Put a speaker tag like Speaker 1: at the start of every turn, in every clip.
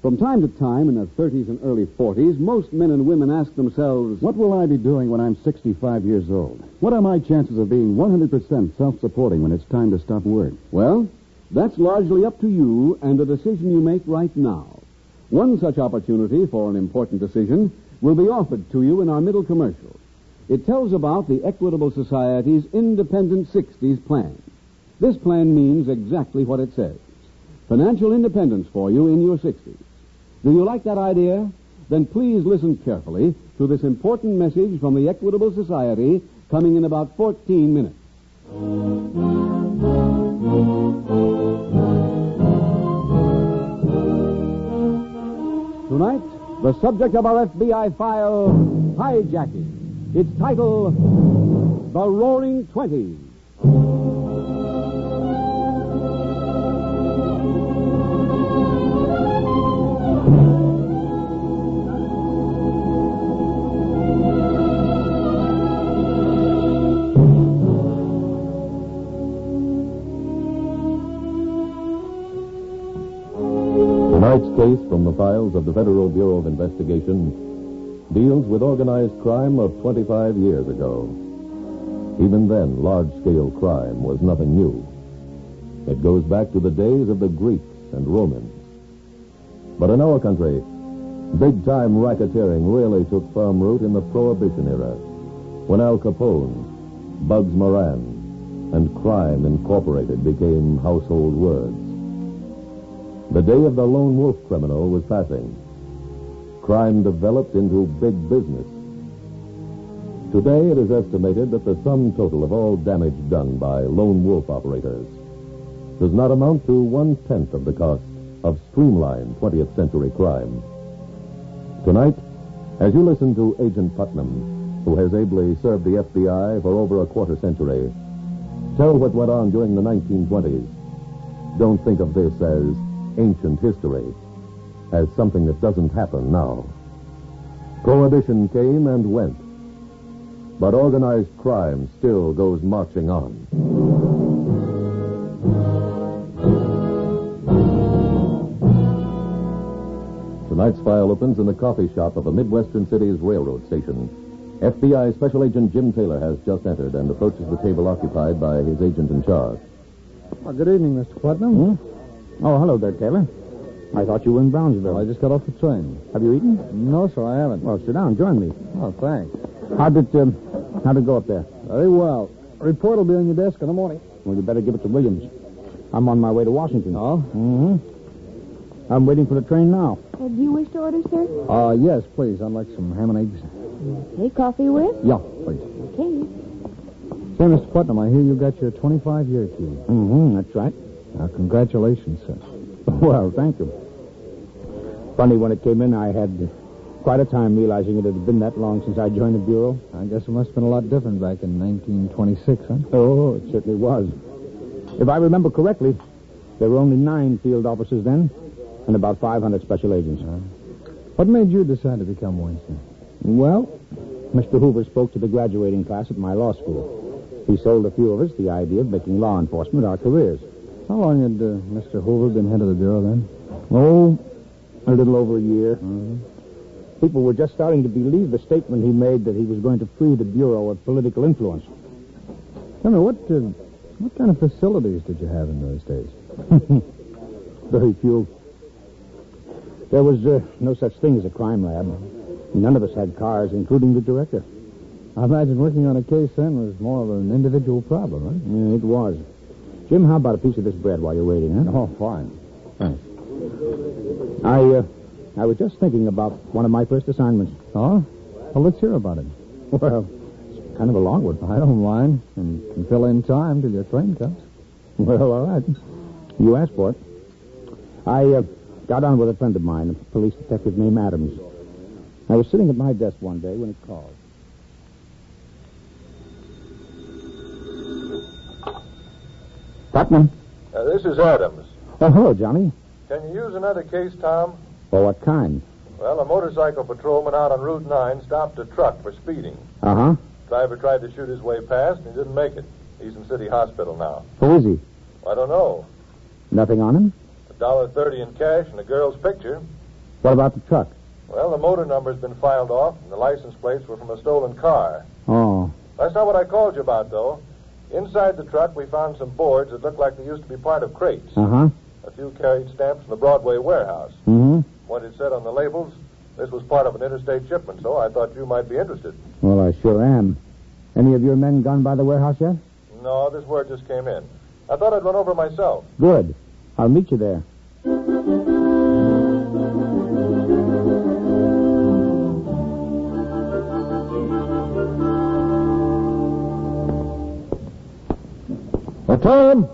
Speaker 1: From time to time in their 30s and early 40s, most men and women ask themselves,
Speaker 2: What will I be doing when I'm 65 years old? What are my chances of being 100% self supporting when it's time to stop work?
Speaker 1: Well, that's largely up to you and the decision you make right now. One such opportunity for an important decision will be offered to you in our middle commercial. It tells about the Equitable Society's Independent 60s plan. This plan means exactly what it says financial independence for you in your 60s. Do you like that idea? Then please listen carefully to this important message from the Equitable Society coming in about 14 minutes. Tonight, the subject of our FBI file, Hijacking. Its title, The Roaring Twenties.
Speaker 3: Tonight's case from the files of the Federal Bureau of Investigation deals with organized crime of 25 years ago. Even then, large scale crime was nothing new. It goes back to the days of the Greeks and Romans. But in our country, big time racketeering really took firm root in the Prohibition era when Al Capone, Bugs Moran, and Crime Incorporated became household words. The day of the lone wolf criminal was passing. Crime developed into big business. Today, it is estimated that the sum total of all damage done by lone wolf operators does not amount to one tenth of the cost of streamlined 20th century crime. Tonight, as you listen to Agent Putnam, who has ably served the FBI for over a quarter century, tell what went on during the 1920s don't think of this as ancient history, as something that doesn't happen now. Prohibition came and went, but organized crime still goes marching on. Tonight's file opens in the coffee shop of a Midwestern city's railroad station. FBI Special Agent Jim Taylor has just entered and approaches the table occupied by his agent in charge.
Speaker 4: Oh, good evening, Mr. Putnam. Oh, hello there, Taylor. I thought you were in Brownsville.
Speaker 2: Oh, I just got off the train.
Speaker 4: Have you eaten?
Speaker 2: No, sir, I haven't.
Speaker 4: Well, sit down. Join me.
Speaker 2: Oh, thanks.
Speaker 4: How'd it, um, how'd it go up there?
Speaker 2: Very well. Report will be on your desk in the morning.
Speaker 4: Well, you better give it to Williams. I'm on my way to Washington.
Speaker 2: Oh?
Speaker 4: Mm-hmm. I'm waiting for the train now.
Speaker 5: Uh, do you wish to order, sir?
Speaker 2: Uh, yes, please. I'd like some ham and eggs.
Speaker 5: Take coffee with?
Speaker 2: Yeah, please.
Speaker 5: Okay.
Speaker 2: Say, Mr. Putnam, I hear you got your 25-year key.
Speaker 4: Mm-hmm, that's right.
Speaker 2: Now, congratulations, sir.
Speaker 4: Well, thank you. Funny, when it came in, I had quite a time realizing it had been that long since I joined the Bureau.
Speaker 2: I guess it must have been a lot different back in 1926, huh?
Speaker 4: Oh, it certainly was. If I remember correctly, there were only nine field officers then and about 500 special agents.
Speaker 2: Uh-huh. What made you decide to become one, sir?
Speaker 4: Well, Mr. Hoover spoke to the graduating class at my law school. He sold a few of us the idea of making law enforcement our careers.
Speaker 2: How long had uh, Mr. Hoover been head of the Bureau then? Mm-hmm.
Speaker 4: Oh, a little over a year. People were just starting to believe the statement he made that he was going to free the Bureau of political influence.
Speaker 2: Tell me, what, uh, what kind of facilities did you have in those days?
Speaker 4: Very few. There was uh, no such thing as a crime lab. None of us had cars, including the director.
Speaker 2: I imagine working on a case then was more of an individual problem,
Speaker 4: Yeah, it was. Jim, how about a piece of this bread while you're waiting,
Speaker 2: huh?
Speaker 4: huh?
Speaker 2: Oh, fine.
Speaker 4: I, uh, I was just thinking about one of my first assignments.
Speaker 2: Oh? Well, let's hear about it.
Speaker 4: Well, kind of a long one.
Speaker 6: I don't mind. And you can fill in time till your train comes.
Speaker 4: Well, all right. You asked for it. I uh, got on with a friend of mine, a police detective named Adams. I was sitting at my desk one day when it called. Putnam.
Speaker 7: Uh, this is Adams.
Speaker 4: Oh, hello, Johnny.
Speaker 7: Can you use another case, Tom?
Speaker 4: Well, what kind?
Speaker 7: Well, a motorcycle patrolman out on Route 9 stopped a truck for speeding.
Speaker 4: Uh huh.
Speaker 7: Driver tried to shoot his way past, and he didn't make it. He's in City Hospital now.
Speaker 4: Who is he?
Speaker 7: I don't know.
Speaker 4: Nothing on him?
Speaker 7: A dollar thirty in cash and a girl's picture.
Speaker 4: What about the truck?
Speaker 7: Well, the motor number's been filed off, and the license plates were from a stolen car.
Speaker 4: Oh,
Speaker 7: That's not what I called you about, though. Inside the truck, we found some boards that looked like they used to be part of crates.
Speaker 4: uh huh.
Speaker 7: A few carried stamps from the Broadway warehouse.
Speaker 4: Mm
Speaker 7: What it said on the labels, this was part of an interstate shipment, so I thought you might be interested.
Speaker 4: hmm. Well, I sure am. Any of your men gone by the warehouse yet?
Speaker 7: No, this word just came in. I thought I'd run over myself.
Speaker 4: Good. I'll meet you there.
Speaker 3: Oh, Tom!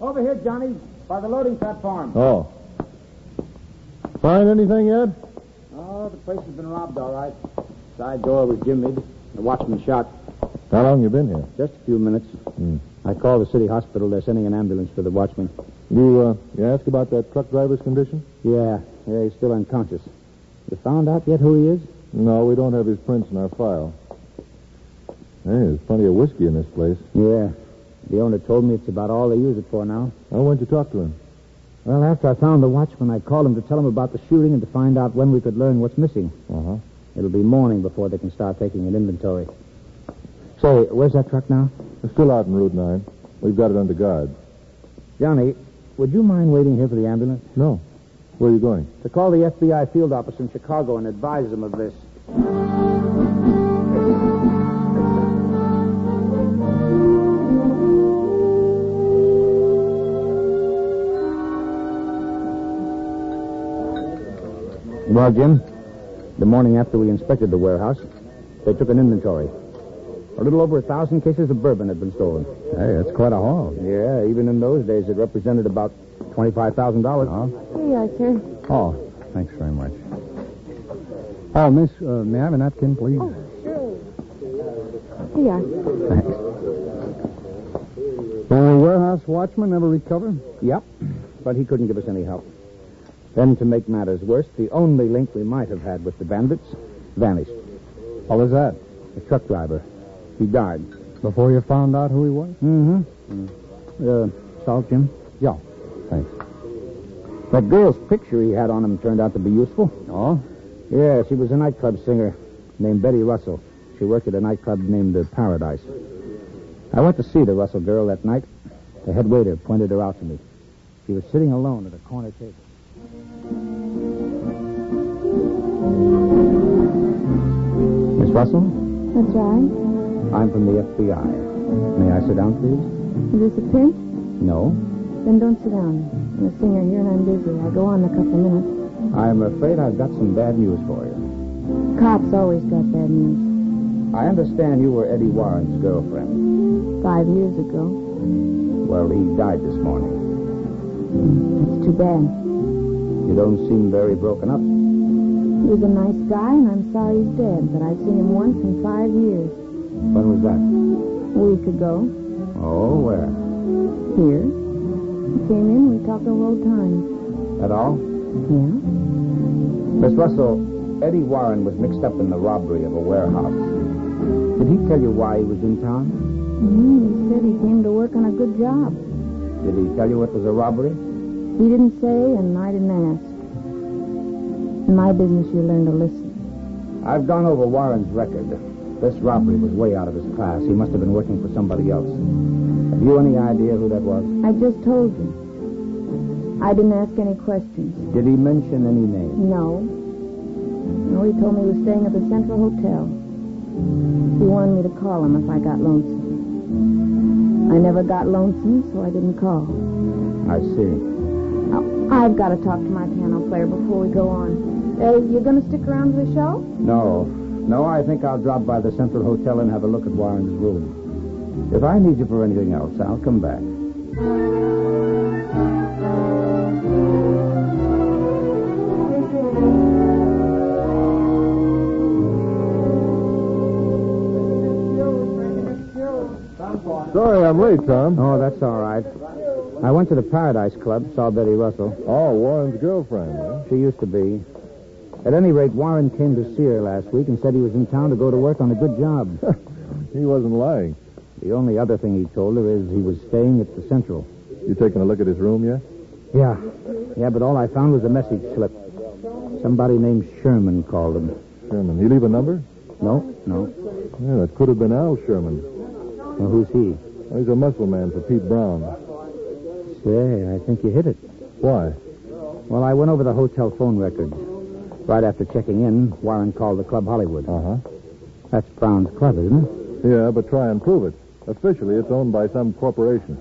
Speaker 4: Over here, Johnny, by the loading platform.
Speaker 3: Oh. Find anything yet?
Speaker 4: Oh, the place has been robbed, all right. Side door was jimmied. The watchman shot.
Speaker 3: How long you been here?
Speaker 4: Just a few minutes.
Speaker 3: Hmm.
Speaker 4: I called the city hospital. They're sending an ambulance for the watchman.
Speaker 3: You, uh, you ask about that truck driver's condition?
Speaker 4: Yeah, yeah, he's still unconscious. You found out yet who he is?
Speaker 3: No, we don't have his prints in our file. Hey, there's plenty of whiskey in this place.
Speaker 4: Yeah. The owner told me it's about all they use it for now.
Speaker 3: Why won't you talk to him?
Speaker 4: Well, after I found the watchman, I called him to tell him about the shooting and to find out when we could learn what's missing.
Speaker 3: Uh-huh.
Speaker 4: It'll be morning before they can start taking an inventory. Say, where's that truck now?
Speaker 3: It's still out in Route 9. We've got it under guard.
Speaker 4: Johnny, would you mind waiting here for the ambulance?
Speaker 3: No. Where are you going?
Speaker 4: To call the FBI field office in Chicago and advise them of this. Well, Jim, the morning after we inspected the warehouse, they took an inventory. A little over a thousand cases of bourbon had been stolen.
Speaker 6: Hey, that's quite a haul.
Speaker 4: Yeah, even in those days, it represented about twenty-five thousand dollars.
Speaker 5: Here you are, sir.
Speaker 6: Oh, thanks very much. Oh, miss, uh, may I have a napkin, please?
Speaker 5: Here you are.
Speaker 6: The warehouse watchman never recovered?
Speaker 4: Yep, but he couldn't give us any help. Then, to make matters worse, the only link we might have had with the bandits vanished.
Speaker 6: How was that?
Speaker 4: The truck driver. He died.
Speaker 6: Before you found out who he was? Mm.
Speaker 4: Mm-hmm. Uh, salt, Jim?
Speaker 6: Yeah. Thanks.
Speaker 4: That girl's picture he had on him turned out to be useful.
Speaker 6: Oh?
Speaker 4: Yeah, she was a nightclub singer named Betty Russell. She worked at a nightclub named the Paradise. I went to see the Russell girl that night. The head waiter pointed her out to me. She was sitting alone at a corner table. Miss Russell,
Speaker 5: That's right.
Speaker 4: I'm from the FBI. May I sit down, please?
Speaker 5: Is this a pinch?
Speaker 4: No.
Speaker 5: Then don't sit down. I'm a singer here and I'm busy. I'll go on in a couple of minutes.
Speaker 4: I'm afraid I've got some bad news for you.
Speaker 5: Cops always got bad news.
Speaker 4: I understand you were Eddie Warren's girlfriend.
Speaker 5: Five years ago.
Speaker 4: Well, he died this morning.
Speaker 5: That's too bad.
Speaker 4: You don't seem very broken up.
Speaker 5: He was a nice guy and I'm sorry he's dead, but I've seen him once in five years.
Speaker 4: When was that?
Speaker 5: A week ago.
Speaker 4: Oh, where?
Speaker 5: Here. He came in, we talked the whole time.
Speaker 4: At all?
Speaker 5: Yeah?
Speaker 4: Miss Russell, Eddie Warren was mixed up in the robbery of a warehouse. Did he tell you why he was in town?
Speaker 5: Mm, he said he came to work on a good job.
Speaker 4: Did he tell you it was a robbery?
Speaker 5: He didn't say, and I didn't ask. In my business, you learn to listen.
Speaker 4: I've gone over Warren's record. This robbery was way out of his class. He must have been working for somebody else. Have you any idea who that was?
Speaker 5: I just told you. I didn't ask any questions.
Speaker 4: Did he mention any name?
Speaker 5: No. No, he told me he was staying at the Central Hotel. He wanted me to call him if I got lonesome. I never got lonesome, so I didn't call.
Speaker 4: I see.
Speaker 5: Now, I've got to talk to my piano player before we go on. Uh, you going to stick around to the show?
Speaker 4: No, No, I think I'll drop by the Central Hotel and have a look at Warren's room. If I need you for anything else, I'll come back.
Speaker 3: Sorry I'm late, Tom.
Speaker 4: Oh, that's all right. I went to the Paradise Club, saw Betty Russell.
Speaker 3: Oh, Warren's girlfriend, huh?
Speaker 4: She used to be. At any rate, Warren came to see her last week and said he was in town to go to work on a good job.
Speaker 3: He wasn't lying.
Speaker 4: The only other thing he told her is he was staying at the Central.
Speaker 3: You taking a look at his room yet?
Speaker 4: Yeah. Yeah, but all I found was a message slip. Somebody named Sherman called him.
Speaker 3: Sherman. He leave a number?
Speaker 4: No, no.
Speaker 3: Yeah, that could have been Al Sherman.
Speaker 4: Well, who's he?
Speaker 3: Well, He's a muscle man for Pete Brown.
Speaker 4: Say, I think you hit it.
Speaker 3: Why?
Speaker 4: Well, I went over the hotel phone records. Right after checking in, Warren called the Club Hollywood.
Speaker 3: Uh-huh.
Speaker 4: That's Brown's club, isn't it?
Speaker 3: Yeah, but try and prove it. Officially, it's owned by some corporation.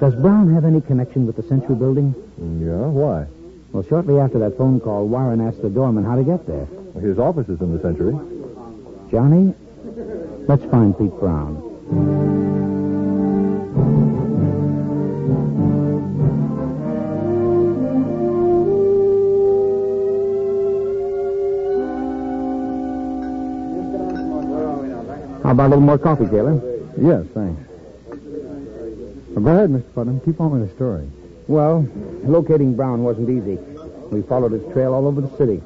Speaker 4: Does Brown have any connection with the Central building?
Speaker 3: Mm, Yeah, why?
Speaker 4: Well, shortly after that phone call, Warren asked the doorman how to get there.
Speaker 3: His office is in the century.
Speaker 4: Johnny, let's find Pete Brown. How about a little more coffee, Taylor?
Speaker 6: Yes, thanks. Well, go ahead, Mr. Putnam. Keep on with the story.
Speaker 4: Well, locating Brown wasn't easy. We followed his trail all over the city.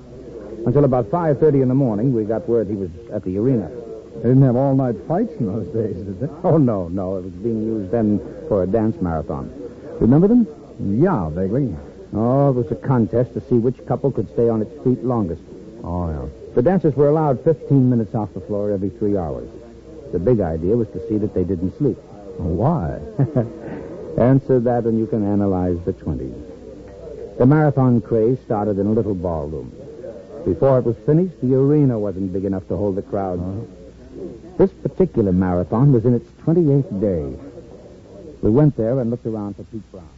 Speaker 4: Until about 5.30 in the morning, we got word he was at the arena.
Speaker 6: They didn't have all-night fights in those days, did they?
Speaker 4: Oh, no, no. It was being used then for a dance marathon. Remember them?
Speaker 6: Yeah, vaguely.
Speaker 4: Oh, it was a contest to see which couple could stay on its feet longest.
Speaker 6: Oh, yeah.
Speaker 4: The dancers were allowed 15 minutes off the floor every three hours. The big idea was to see that they didn't sleep.
Speaker 6: Why?
Speaker 4: Answer that, and you can analyze the 20s. The marathon craze started in a little ballroom. Before it was finished, the arena wasn't big enough to hold the crowd. This particular marathon was in its 28th day. We went there and looked around for Pete Brown.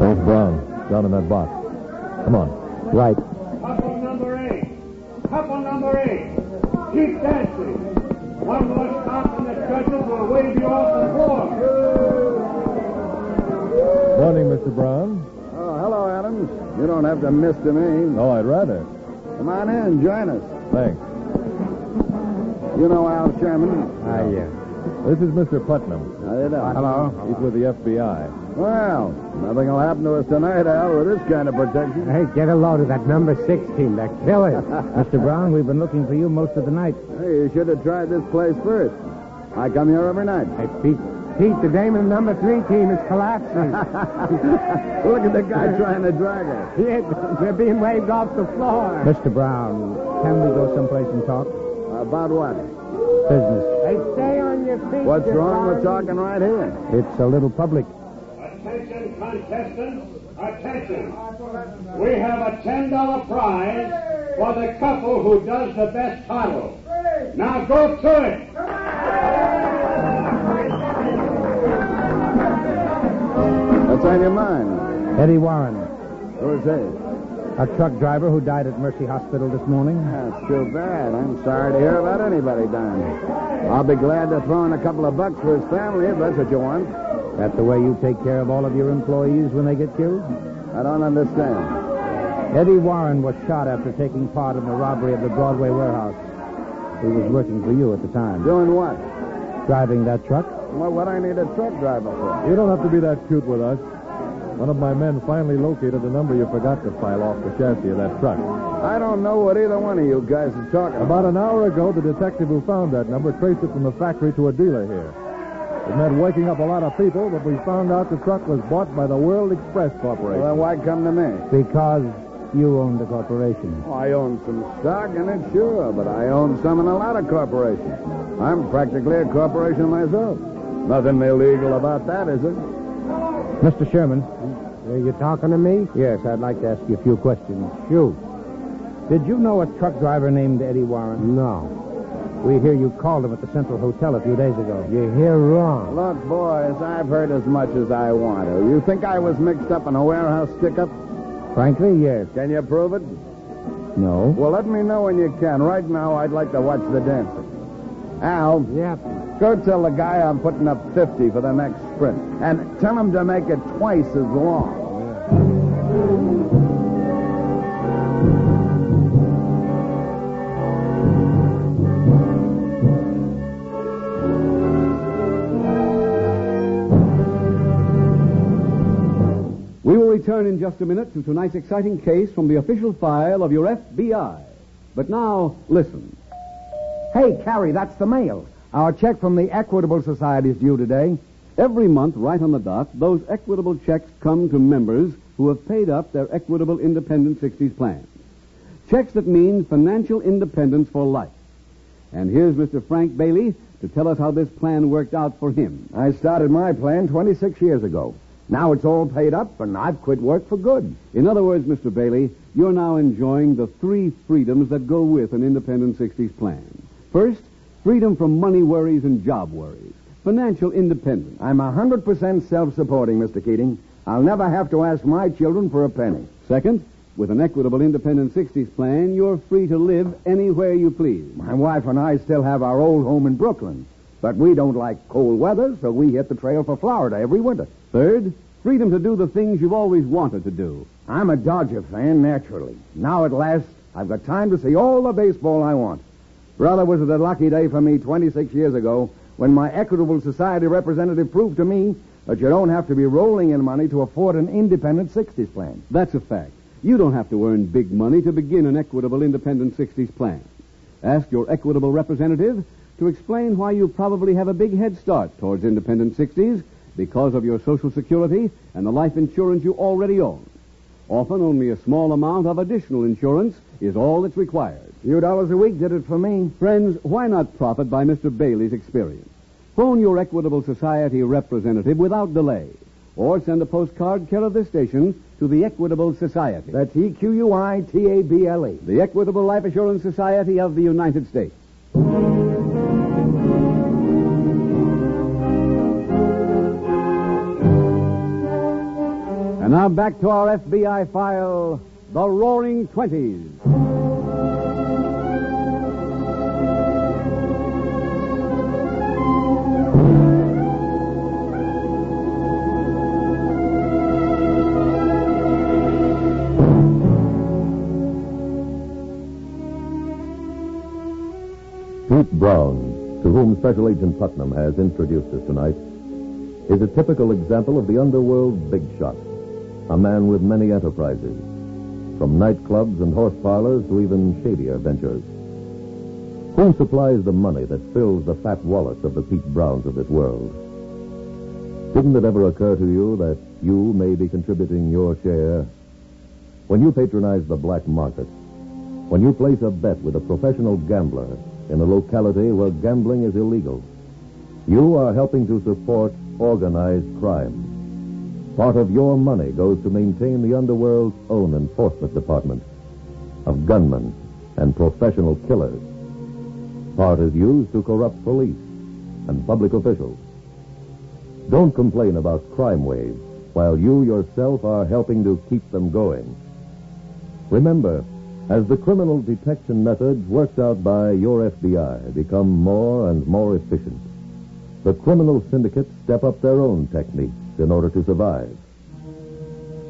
Speaker 3: There's Brown, down in that box. Come on.
Speaker 4: Right.
Speaker 8: Couple number eight. Couple number eight. Keep dancing. One more stop and the judges will wave you off the floor.
Speaker 3: Morning, Mr. Brown.
Speaker 2: Oh, hello, Adams. You don't have to miss the name.
Speaker 3: Oh, I'd rather.
Speaker 2: Come on in, join us.
Speaker 3: Thanks.
Speaker 2: You know Al Sherman.
Speaker 4: Ah, yeah.
Speaker 3: This is Mr. Putnam.
Speaker 2: How do you do?
Speaker 4: Hello.
Speaker 3: He's with the FBI.
Speaker 2: Well, nothing will happen to us tonight, Al, with this kind of protection.
Speaker 4: Hey, get a load of that number 16, that killer. Mr. Brown, we've been looking for you most of the night.
Speaker 2: Hey, you should have tried this place first. I come here every night.
Speaker 4: Hey, Pete. Pete, the name of the number three team is collapsing.
Speaker 2: Look at the guy trying to drag us.
Speaker 4: They're being waved off the floor. Mr. Brown, can we go someplace and talk?
Speaker 2: About what?
Speaker 4: Business.
Speaker 8: Hey, stay on your feet.
Speaker 2: What's wrong with talking right here?
Speaker 4: It's a little public.
Speaker 8: Attention, contestants. Attention. We have a $10 prize for the couple who does the best title. Now go to it.
Speaker 2: What's on your mind?
Speaker 4: Eddie Warren,
Speaker 2: Who's this?
Speaker 4: a truck driver who died at Mercy Hospital this morning.
Speaker 2: That's too bad. I'm sorry to hear about anybody dying. I'll be glad to throw in a couple of bucks for his family if that's what you want.
Speaker 4: That the way you take care of all of your employees when they get killed?
Speaker 2: I don't understand.
Speaker 4: Eddie Warren was shot after taking part in the robbery of the Broadway warehouse. He was working for you at the time,
Speaker 2: Doing what?
Speaker 4: driving that truck.
Speaker 2: Well, what I need a truck driver for?
Speaker 3: You don't have to be that cute with us. One of my men finally located the number you forgot to file off the chassis of that truck.
Speaker 2: I don't know what either one of you guys is talking about.
Speaker 3: About an hour ago, the detective who found that number traced it from the factory to a dealer here. It meant waking up a lot of people, but we found out the truck was bought by the World Express Corporation.
Speaker 2: Well, then why come to me?
Speaker 4: Because you own the corporation.
Speaker 2: Oh, I own some stock in it, sure, but I own some in a lot of corporations. I'm practically a corporation myself. Nothing illegal about that, is Hmm? it?
Speaker 4: Mr. Sherman. Are you talking to me? Yes, I'd like to ask you a few questions. You. Did you know a truck driver named Eddie Warren? No. We hear you called him at the Central Hotel a few days ago. You hear wrong.
Speaker 2: Look, boys, I've heard as much as I want to. You think I was mixed up in a warehouse stick-up?
Speaker 4: Frankly, yes.
Speaker 2: Can you prove it?
Speaker 9: No.
Speaker 10: Well, let me know when you can. Right now, I'd like to watch the dancing. Al,
Speaker 9: Yep.
Speaker 10: go tell the guy I'm putting up 50 for the next sprint. And tell him to make it twice as long.
Speaker 4: We will return in just a minute to tonight's exciting case from the official file of your FBI. But now, listen.
Speaker 11: Hey, Carrie, that's the mail. Our check from the Equitable Society is due today.
Speaker 4: Every month, right on the dot, those equitable checks come to members who have paid up their Equitable Independent 60s plan. Checks that mean financial independence for life. And here's Mr. Frank Bailey to tell us how this plan worked out for him.
Speaker 10: I started my plan 26 years ago. Now it's all paid up, and I've quit work for good.
Speaker 4: In other words, Mr. Bailey, you're now enjoying the three freedoms that go with an independent 60s plan. First, freedom from money worries and job worries, financial independence.
Speaker 10: I'm 100% self supporting, Mr. Keating. I'll never have to ask my children for a penny.
Speaker 4: Second, with an equitable independent 60s plan, you're free to live anywhere you please.
Speaker 10: My wife and I still have our old home in Brooklyn, but we don't like cold weather, so we hit the trail for Florida every winter.
Speaker 4: Third, freedom to do the things you've always wanted to do.
Speaker 10: I'm a Dodger fan, naturally. Now at last, I've got time to see all the baseball I want. Brother, was it a lucky day for me 26 years ago when my Equitable Society representative proved to me that you don't have to be rolling in money to afford an independent 60s plan.
Speaker 4: That's a fact. You don't have to earn big money to begin an equitable independent 60s plan. Ask your equitable representative to explain why you probably have a big head start towards independent 60s because of your Social Security and the life insurance you already own. Often only a small amount of additional insurance is all that's required.
Speaker 10: Few dollars a week did it for me.
Speaker 4: Friends, why not profit by Mr. Bailey's experience? Phone your Equitable Society representative without delay or send a postcard care of this station to the Equitable Society.
Speaker 10: That's E Q U I T A B L E.
Speaker 4: The Equitable Life Assurance Society of the United States. And now back to our FBI file The Roaring Twenties.
Speaker 3: Pete Brown, to whom Special Agent Putnam has introduced us tonight, is a typical example of the underworld big shot, a man with many enterprises, from nightclubs and horse parlors to even shadier ventures. Who supplies the money that fills the fat wallets of the Pete Browns of this world? Didn't it ever occur to you that you may be contributing your share? When you patronize the black market, when you place a bet with a professional gambler in a locality where gambling is illegal, you are helping to support organized crime. Part of your money goes to maintain the underworld's own enforcement department of gunmen and professional killers. Part is used to corrupt police and public officials. Don't complain about crime waves while you yourself are helping to keep them going. Remember, as the criminal detection methods worked out by your FBI become more and more efficient, the criminal syndicates step up their own techniques in order to survive.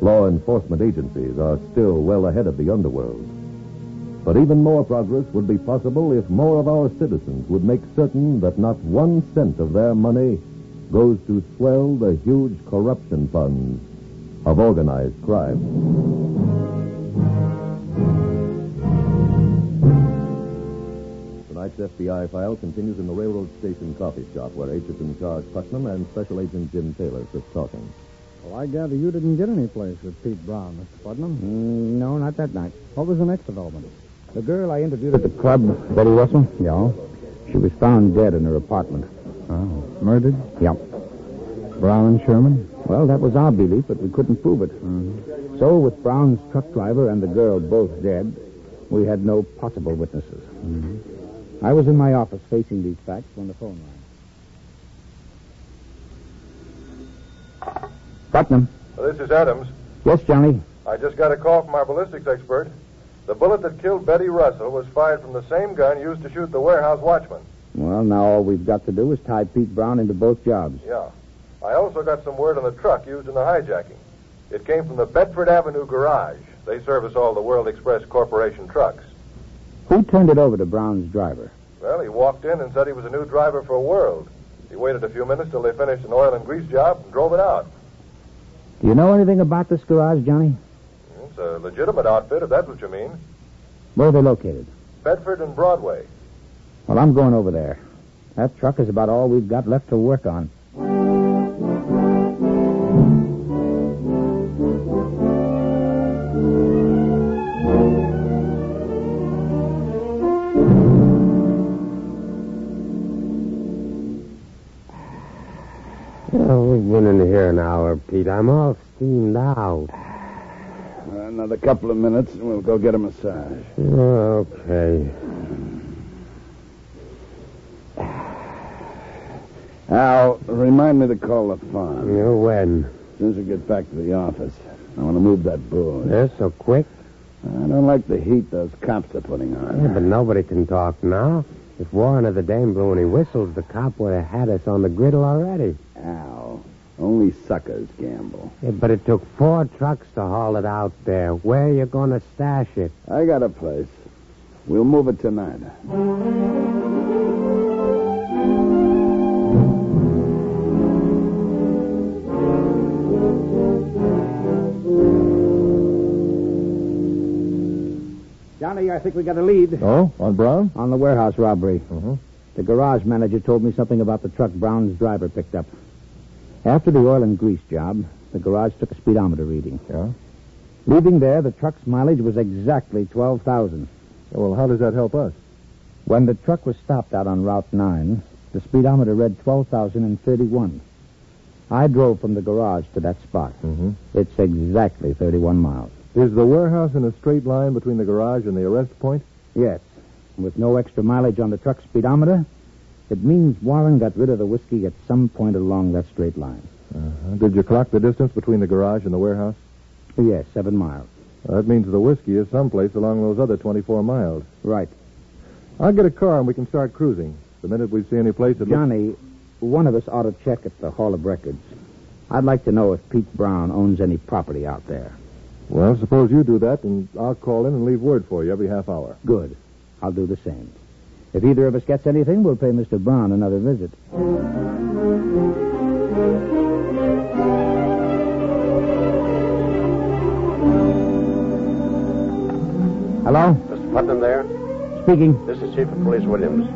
Speaker 3: Law enforcement agencies are still well ahead of the underworld. But even more progress would be possible if more of our citizens would make certain that not one cent of their money goes to swell the huge corruption funds of organized crime. Tonight's FBI file continues in the railroad station coffee shop where H is in charge Putnam and Special Agent Jim Taylor sits talking.
Speaker 11: Well, I gather you didn't get any place with Pete Brown, Mr. Putnam.
Speaker 9: Mm, no, not that night.
Speaker 11: What was the next development?
Speaker 9: The girl I interviewed at the club, Betty Russell? Yeah. She was found dead in her apartment.
Speaker 11: Oh, murdered?
Speaker 9: Yep.
Speaker 11: Brown and Sherman?
Speaker 9: Well, that was our belief, but we couldn't prove it.
Speaker 3: Mm-hmm.
Speaker 9: So, with Brown's truck driver and the girl both dead, we had no possible witnesses. I was in my office facing these facts when the phone rang. Putnam.
Speaker 7: Well, this is Adams.
Speaker 9: Yes, Johnny.
Speaker 7: I just got a call from our ballistics expert. The bullet that killed Betty Russell was fired from the same gun used to shoot the warehouse watchman.
Speaker 4: Well, now all we've got to do is tie Pete Brown into both jobs.
Speaker 7: Yeah. I also got some word on the truck used in the hijacking. It came from the Bedford Avenue garage. They service all the World Express Corporation trucks.
Speaker 4: Who turned it over to Brown's driver?
Speaker 7: Well, he walked in and said he was a new driver for World. He waited a few minutes till they finished an oil and grease job and drove it out.
Speaker 4: Do you know anything about this garage, Johnny?
Speaker 7: It's a legitimate outfit, if that's what you mean.
Speaker 4: Where are they located?
Speaker 7: Bedford and Broadway.
Speaker 4: Well, I'm going over there. That truck is about all we've got left to work on.
Speaker 12: Well, we've been in here an hour, Pete. I'm all steamed out.
Speaker 2: Another couple of minutes, and we'll go get a massage.
Speaker 12: Okay.
Speaker 2: Al, remind me to call the farm.
Speaker 12: You when?
Speaker 2: As soon as we get back to the office. I want to move that board.
Speaker 12: They're so quick.
Speaker 2: I don't like the heat those cops are putting on.
Speaker 12: Yeah, but nobody can talk now. If Warren or the dame blew any whistles, the cop would have had us on the griddle already.
Speaker 2: Al, only suckers gamble.
Speaker 12: Yeah, but it took four trucks to haul it out there. Where are you going to stash it?
Speaker 2: I got a place. We'll move it tonight.
Speaker 6: Johnny, I think we got a lead.
Speaker 3: Oh, on Brown?
Speaker 4: On the warehouse robbery.
Speaker 3: Mm-hmm.
Speaker 4: The garage manager told me something about the truck Brown's driver picked up. After the oil and grease job, the garage took a speedometer reading.
Speaker 3: Yeah?
Speaker 4: Leaving there, the truck's mileage was exactly 12,000.
Speaker 3: Well, how does that help us?
Speaker 4: When the truck was stopped out on Route 9, the speedometer read 12,031. I drove from the garage to that spot.
Speaker 3: Mm-hmm.
Speaker 4: It's exactly 31 miles.
Speaker 3: Is the warehouse in a straight line between the garage and the arrest point?
Speaker 4: Yes. With no extra mileage on the truck speedometer, it means Warren got rid of the whiskey at some point along that straight line.
Speaker 3: Uh-huh. Did you clock the distance between the garage and the warehouse?
Speaker 4: Yes, seven miles.
Speaker 3: Uh, that means the whiskey is someplace along those other 24 miles.
Speaker 4: Right.
Speaker 3: I'll get a car and we can start cruising. The minute we see any place that
Speaker 4: Johnny, one of us ought to check at the Hall of Records. I'd like to know if Pete Brown owns any property out there.
Speaker 3: Well, suppose you do that, and I'll call in and leave word for you every half hour.
Speaker 4: Good. I'll do the same. If either of us gets anything, we'll pay Mr. Brown another visit. Hello?
Speaker 13: Mr. Putnam there?
Speaker 4: Speaking.
Speaker 13: This is Chief of Police Williams.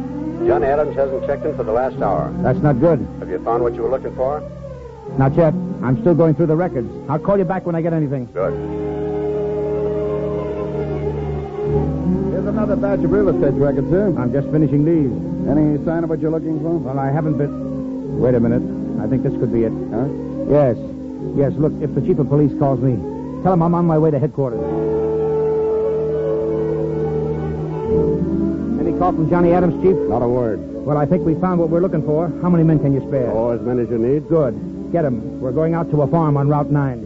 Speaker 13: John Adams hasn't checked in for the last hour.
Speaker 4: That's not good.
Speaker 13: Have you found what you were looking for?
Speaker 4: Not yet. I'm still going through the records. I'll call you back when I get anything.
Speaker 13: Good.
Speaker 2: Here's another batch of real estate records, sir.
Speaker 4: I'm just finishing these.
Speaker 2: Any sign of what you're looking for?
Speaker 4: Well, I haven't been. Wait a minute. I think this could be it.
Speaker 2: Huh?
Speaker 4: Yes. Yes, look, if the chief of police calls me, tell him I'm on my way to headquarters. Any call from Johnny Adams, Chief?
Speaker 12: Not a word.
Speaker 4: Well, I think we found what we're looking for. How many men can you spare?
Speaker 12: Oh, as many as you need.
Speaker 4: Good. Get him. We're going out to a farm on Route 9.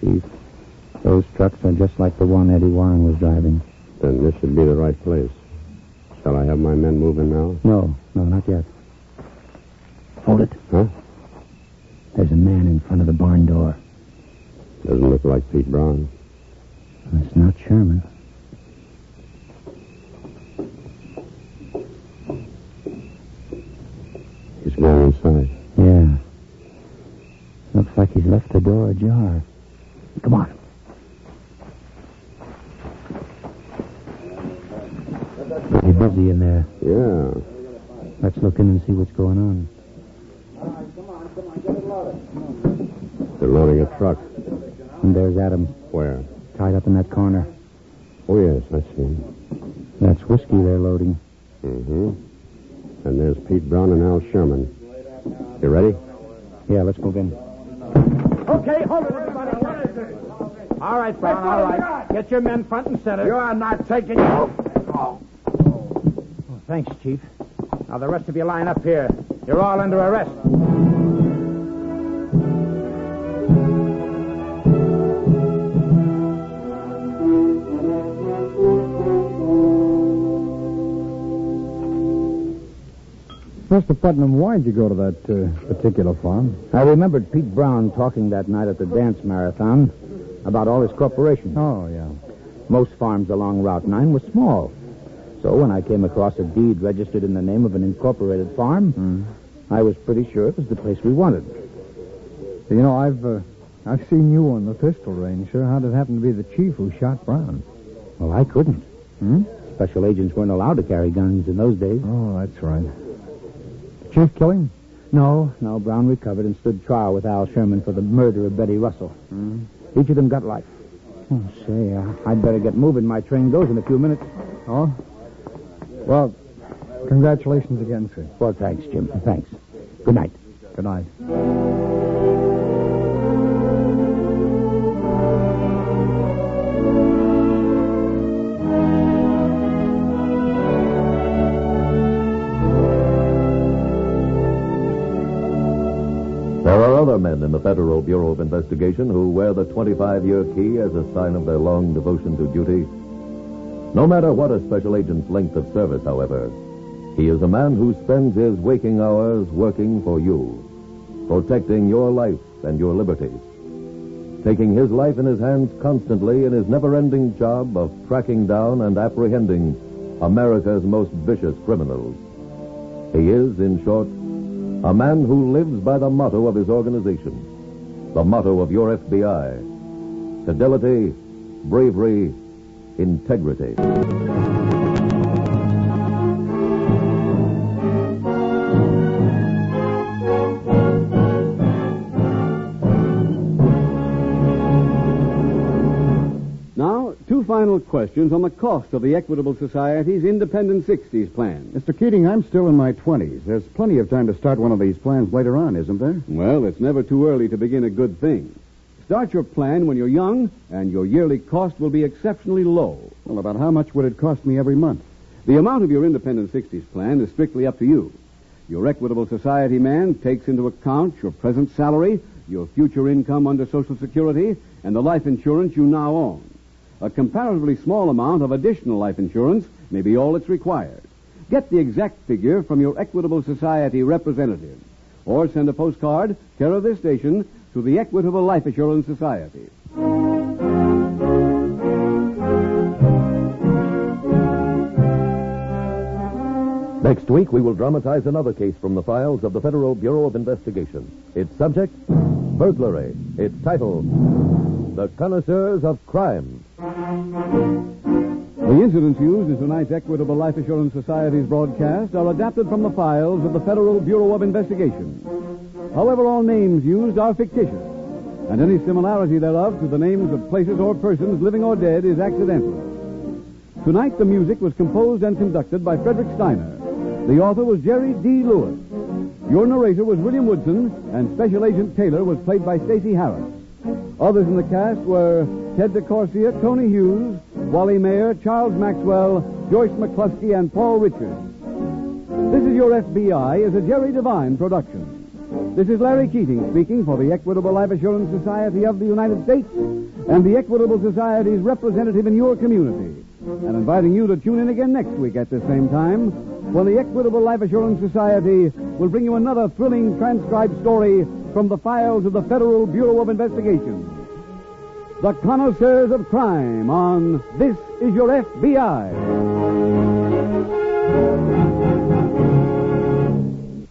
Speaker 4: Chief, those trucks are just like the one Eddie Warren was driving.
Speaker 12: Then this should be the right place. Shall I have my men moving now?
Speaker 4: No, no, not yet. Hold it.
Speaker 12: Huh?
Speaker 4: There's a man in front of the barn door.
Speaker 12: Doesn't look like Pete Brown.
Speaker 4: It's not Sherman.
Speaker 12: He's going inside.
Speaker 4: Yeah. Looks like he's left the door ajar. Come on. Pretty busy in there.
Speaker 12: Yeah.
Speaker 4: Let's look in and see what's going on.
Speaker 12: They're loading a truck.
Speaker 4: And there's Adam,
Speaker 12: Where?
Speaker 4: tied up in that corner.
Speaker 12: Oh, yes, I see him.
Speaker 4: That's whiskey they're loading.
Speaker 12: Mm-hmm. And there's Pete Brown and Al Sherman. You ready?
Speaker 4: Yeah, let's move in.
Speaker 6: Okay, hold it, everybody.
Speaker 4: All right, Brown, all right. Get your men front and center.
Speaker 6: You are not taking. Oh.
Speaker 4: Thanks, Chief. Now, the rest of you line up here. You're all under arrest.
Speaker 14: Mr. Putnam, why'd you go to that uh, particular farm?
Speaker 4: I remembered Pete Brown talking that night at the dance marathon about all his corporations.
Speaker 14: Oh, yeah.
Speaker 4: Most farms along Route 9 were small. So when I came across a deed registered in the name of an incorporated farm,
Speaker 14: Hmm.
Speaker 4: mm. I was pretty sure it was the place we wanted.
Speaker 14: You know, I've uh, I've seen you on the pistol range, sir. How'd it happen to be the chief who shot Brown?
Speaker 4: Well, I couldn't.
Speaker 14: Hmm?
Speaker 4: Special agents weren't allowed to carry guns in those days.
Speaker 14: Oh, that's right. Chief kill him?
Speaker 4: No, no. Brown recovered and stood trial with Al Sherman for the murder of Betty Russell.
Speaker 14: Mm.
Speaker 4: Each of them got life. Oh, say, uh, I'd better get moving. My train goes in a few minutes.
Speaker 14: Oh? Well, congratulations again, sir.
Speaker 4: Well, thanks, Jim. Thanks. Good night.
Speaker 14: Good night.
Speaker 15: There are other men in the Federal Bureau of Investigation who wear the 25 year key as a sign of their long devotion to duty. No matter what a special agent's length of service, however, he is a man who spends his waking hours working for you, protecting your life and your liberty, taking his life in his hands constantly in his never ending job of tracking down and apprehending America's most vicious criminals. He is, in short, a man who lives by the motto of his organization, the motto of your FBI fidelity, bravery, integrity.
Speaker 3: Now, two final questions on the cost of the Equitable Society's Independent 60s plan.
Speaker 16: Mr. Keating, I'm still in my 20s. There's plenty of time to start one of these plans later on, isn't there?
Speaker 3: Well, it's never too early to begin a good thing. Start your plan when you're young, and your yearly cost will be exceptionally low.
Speaker 16: Well, about how much would it cost me every month?
Speaker 3: The amount of your Independent 60s plan is strictly up to you. Your Equitable Society man takes into account your present salary, your future income under Social Security, and the life insurance you now own. A comparatively small amount of additional life insurance may be all that's required. Get the exact figure from your Equitable Society representative, or send a postcard, care of this station, to the Equitable Life Assurance Society.
Speaker 15: Next week, we will dramatize another case from the files of the Federal Bureau of Investigation. Its subject, burglary. Its title, The Connoisseurs of Crime.
Speaker 3: The incidents used in tonight's Equitable Life Assurance Society's broadcast are adapted from the files of the Federal Bureau of Investigation. However, all names used are fictitious, and any similarity thereof to the names of places or persons, living or dead, is accidental. Tonight, the music was composed and conducted by Frederick Steiner. The author was Jerry D. Lewis. Your narrator was William Woodson, and Special Agent Taylor was played by Stacy Harris. Others in the cast were Ted DeCorsia, Tony Hughes, Wally Mayer, Charles Maxwell, Joyce McCluskey, and Paul Richards. This is Your FBI is a Jerry Devine production. This is Larry Keating speaking for the Equitable Life Assurance Society of the United States and the Equitable Society's representative in your community, and inviting you to tune in again next week at the same time when the Equitable Life Assurance Society will bring you another thrilling transcribed story from the files of the Federal Bureau of Investigation. The Connoisseurs of Crime on This Is Your FBI.